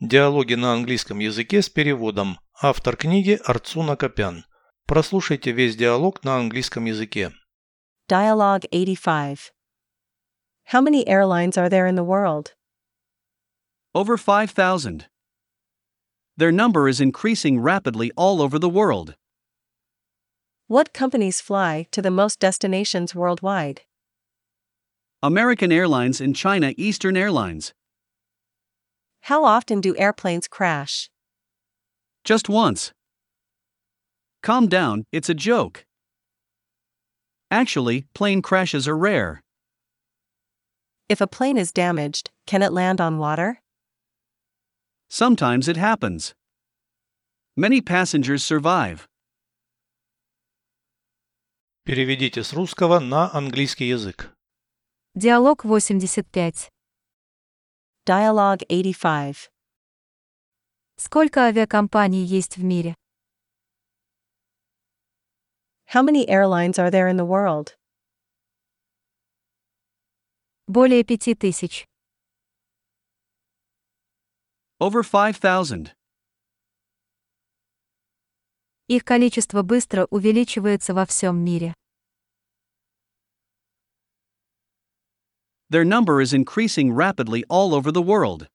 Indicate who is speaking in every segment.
Speaker 1: Диалоги на английском языке с переводом. Автор книги Арцуна Копян. Прослушайте весь диалог на английском языке.
Speaker 2: Dialogue 85. How many airlines are there in the world?
Speaker 3: Over 5,000. Their number is increasing rapidly all over the world.
Speaker 2: What companies fly to the most destinations worldwide?
Speaker 3: American Airlines in China, Eastern Airlines.
Speaker 2: How often do airplanes crash?
Speaker 3: Just once. Calm down, it's a joke. Actually, plane crashes are rare.
Speaker 2: If a plane is damaged, can it land on water?
Speaker 3: Sometimes it happens. Many passengers survive.
Speaker 1: Переведите с русского на английский язык.
Speaker 4: Диалог 85.
Speaker 2: Dialogue 85.
Speaker 4: Сколько авиакомпаний есть в мире?
Speaker 2: How many airlines are there in the world?
Speaker 4: Более пяти тысяч.
Speaker 3: Over 5,000.
Speaker 4: Их количество быстро увеличивается во всем мире.
Speaker 3: Their number is increasing rapidly all over the world.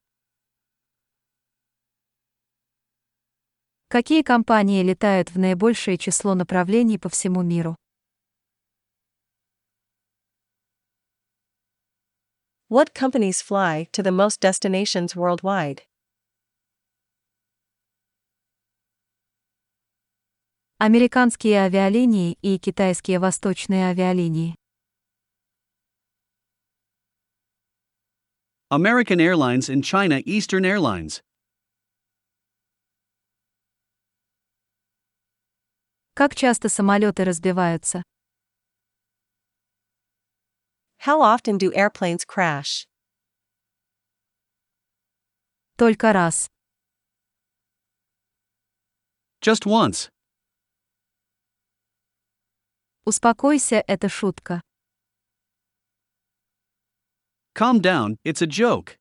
Speaker 4: Какие компании летают в наибольшее число направлений по всему миру?
Speaker 2: What companies fly to the most destinations worldwide?
Speaker 4: Американские авиалинии и китайские восточные авиалинии.
Speaker 3: American Airlines in China, Eastern Airlines.
Speaker 4: Как часто самолеты разбиваются?
Speaker 2: How often do airplanes crash?
Speaker 4: Только раз.
Speaker 3: Just once.
Speaker 4: Успокойся, это шутка.
Speaker 3: Calm down, it's a joke.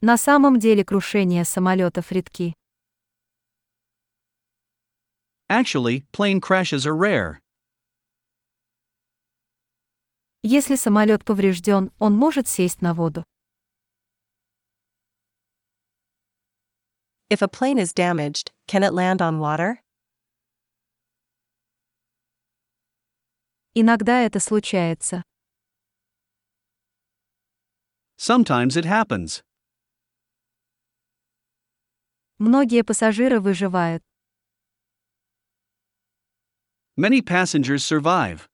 Speaker 4: На самом деле крушения самолетов редки.
Speaker 3: Actually, plane crashes are rare.
Speaker 4: Если самолет поврежден, он может сесть на воду.
Speaker 2: If a plane is damaged, can it land on water?
Speaker 4: Иногда это случается.
Speaker 3: Sometimes it happens.
Speaker 4: Многие пассажиры выживают.
Speaker 3: Many passengers survive.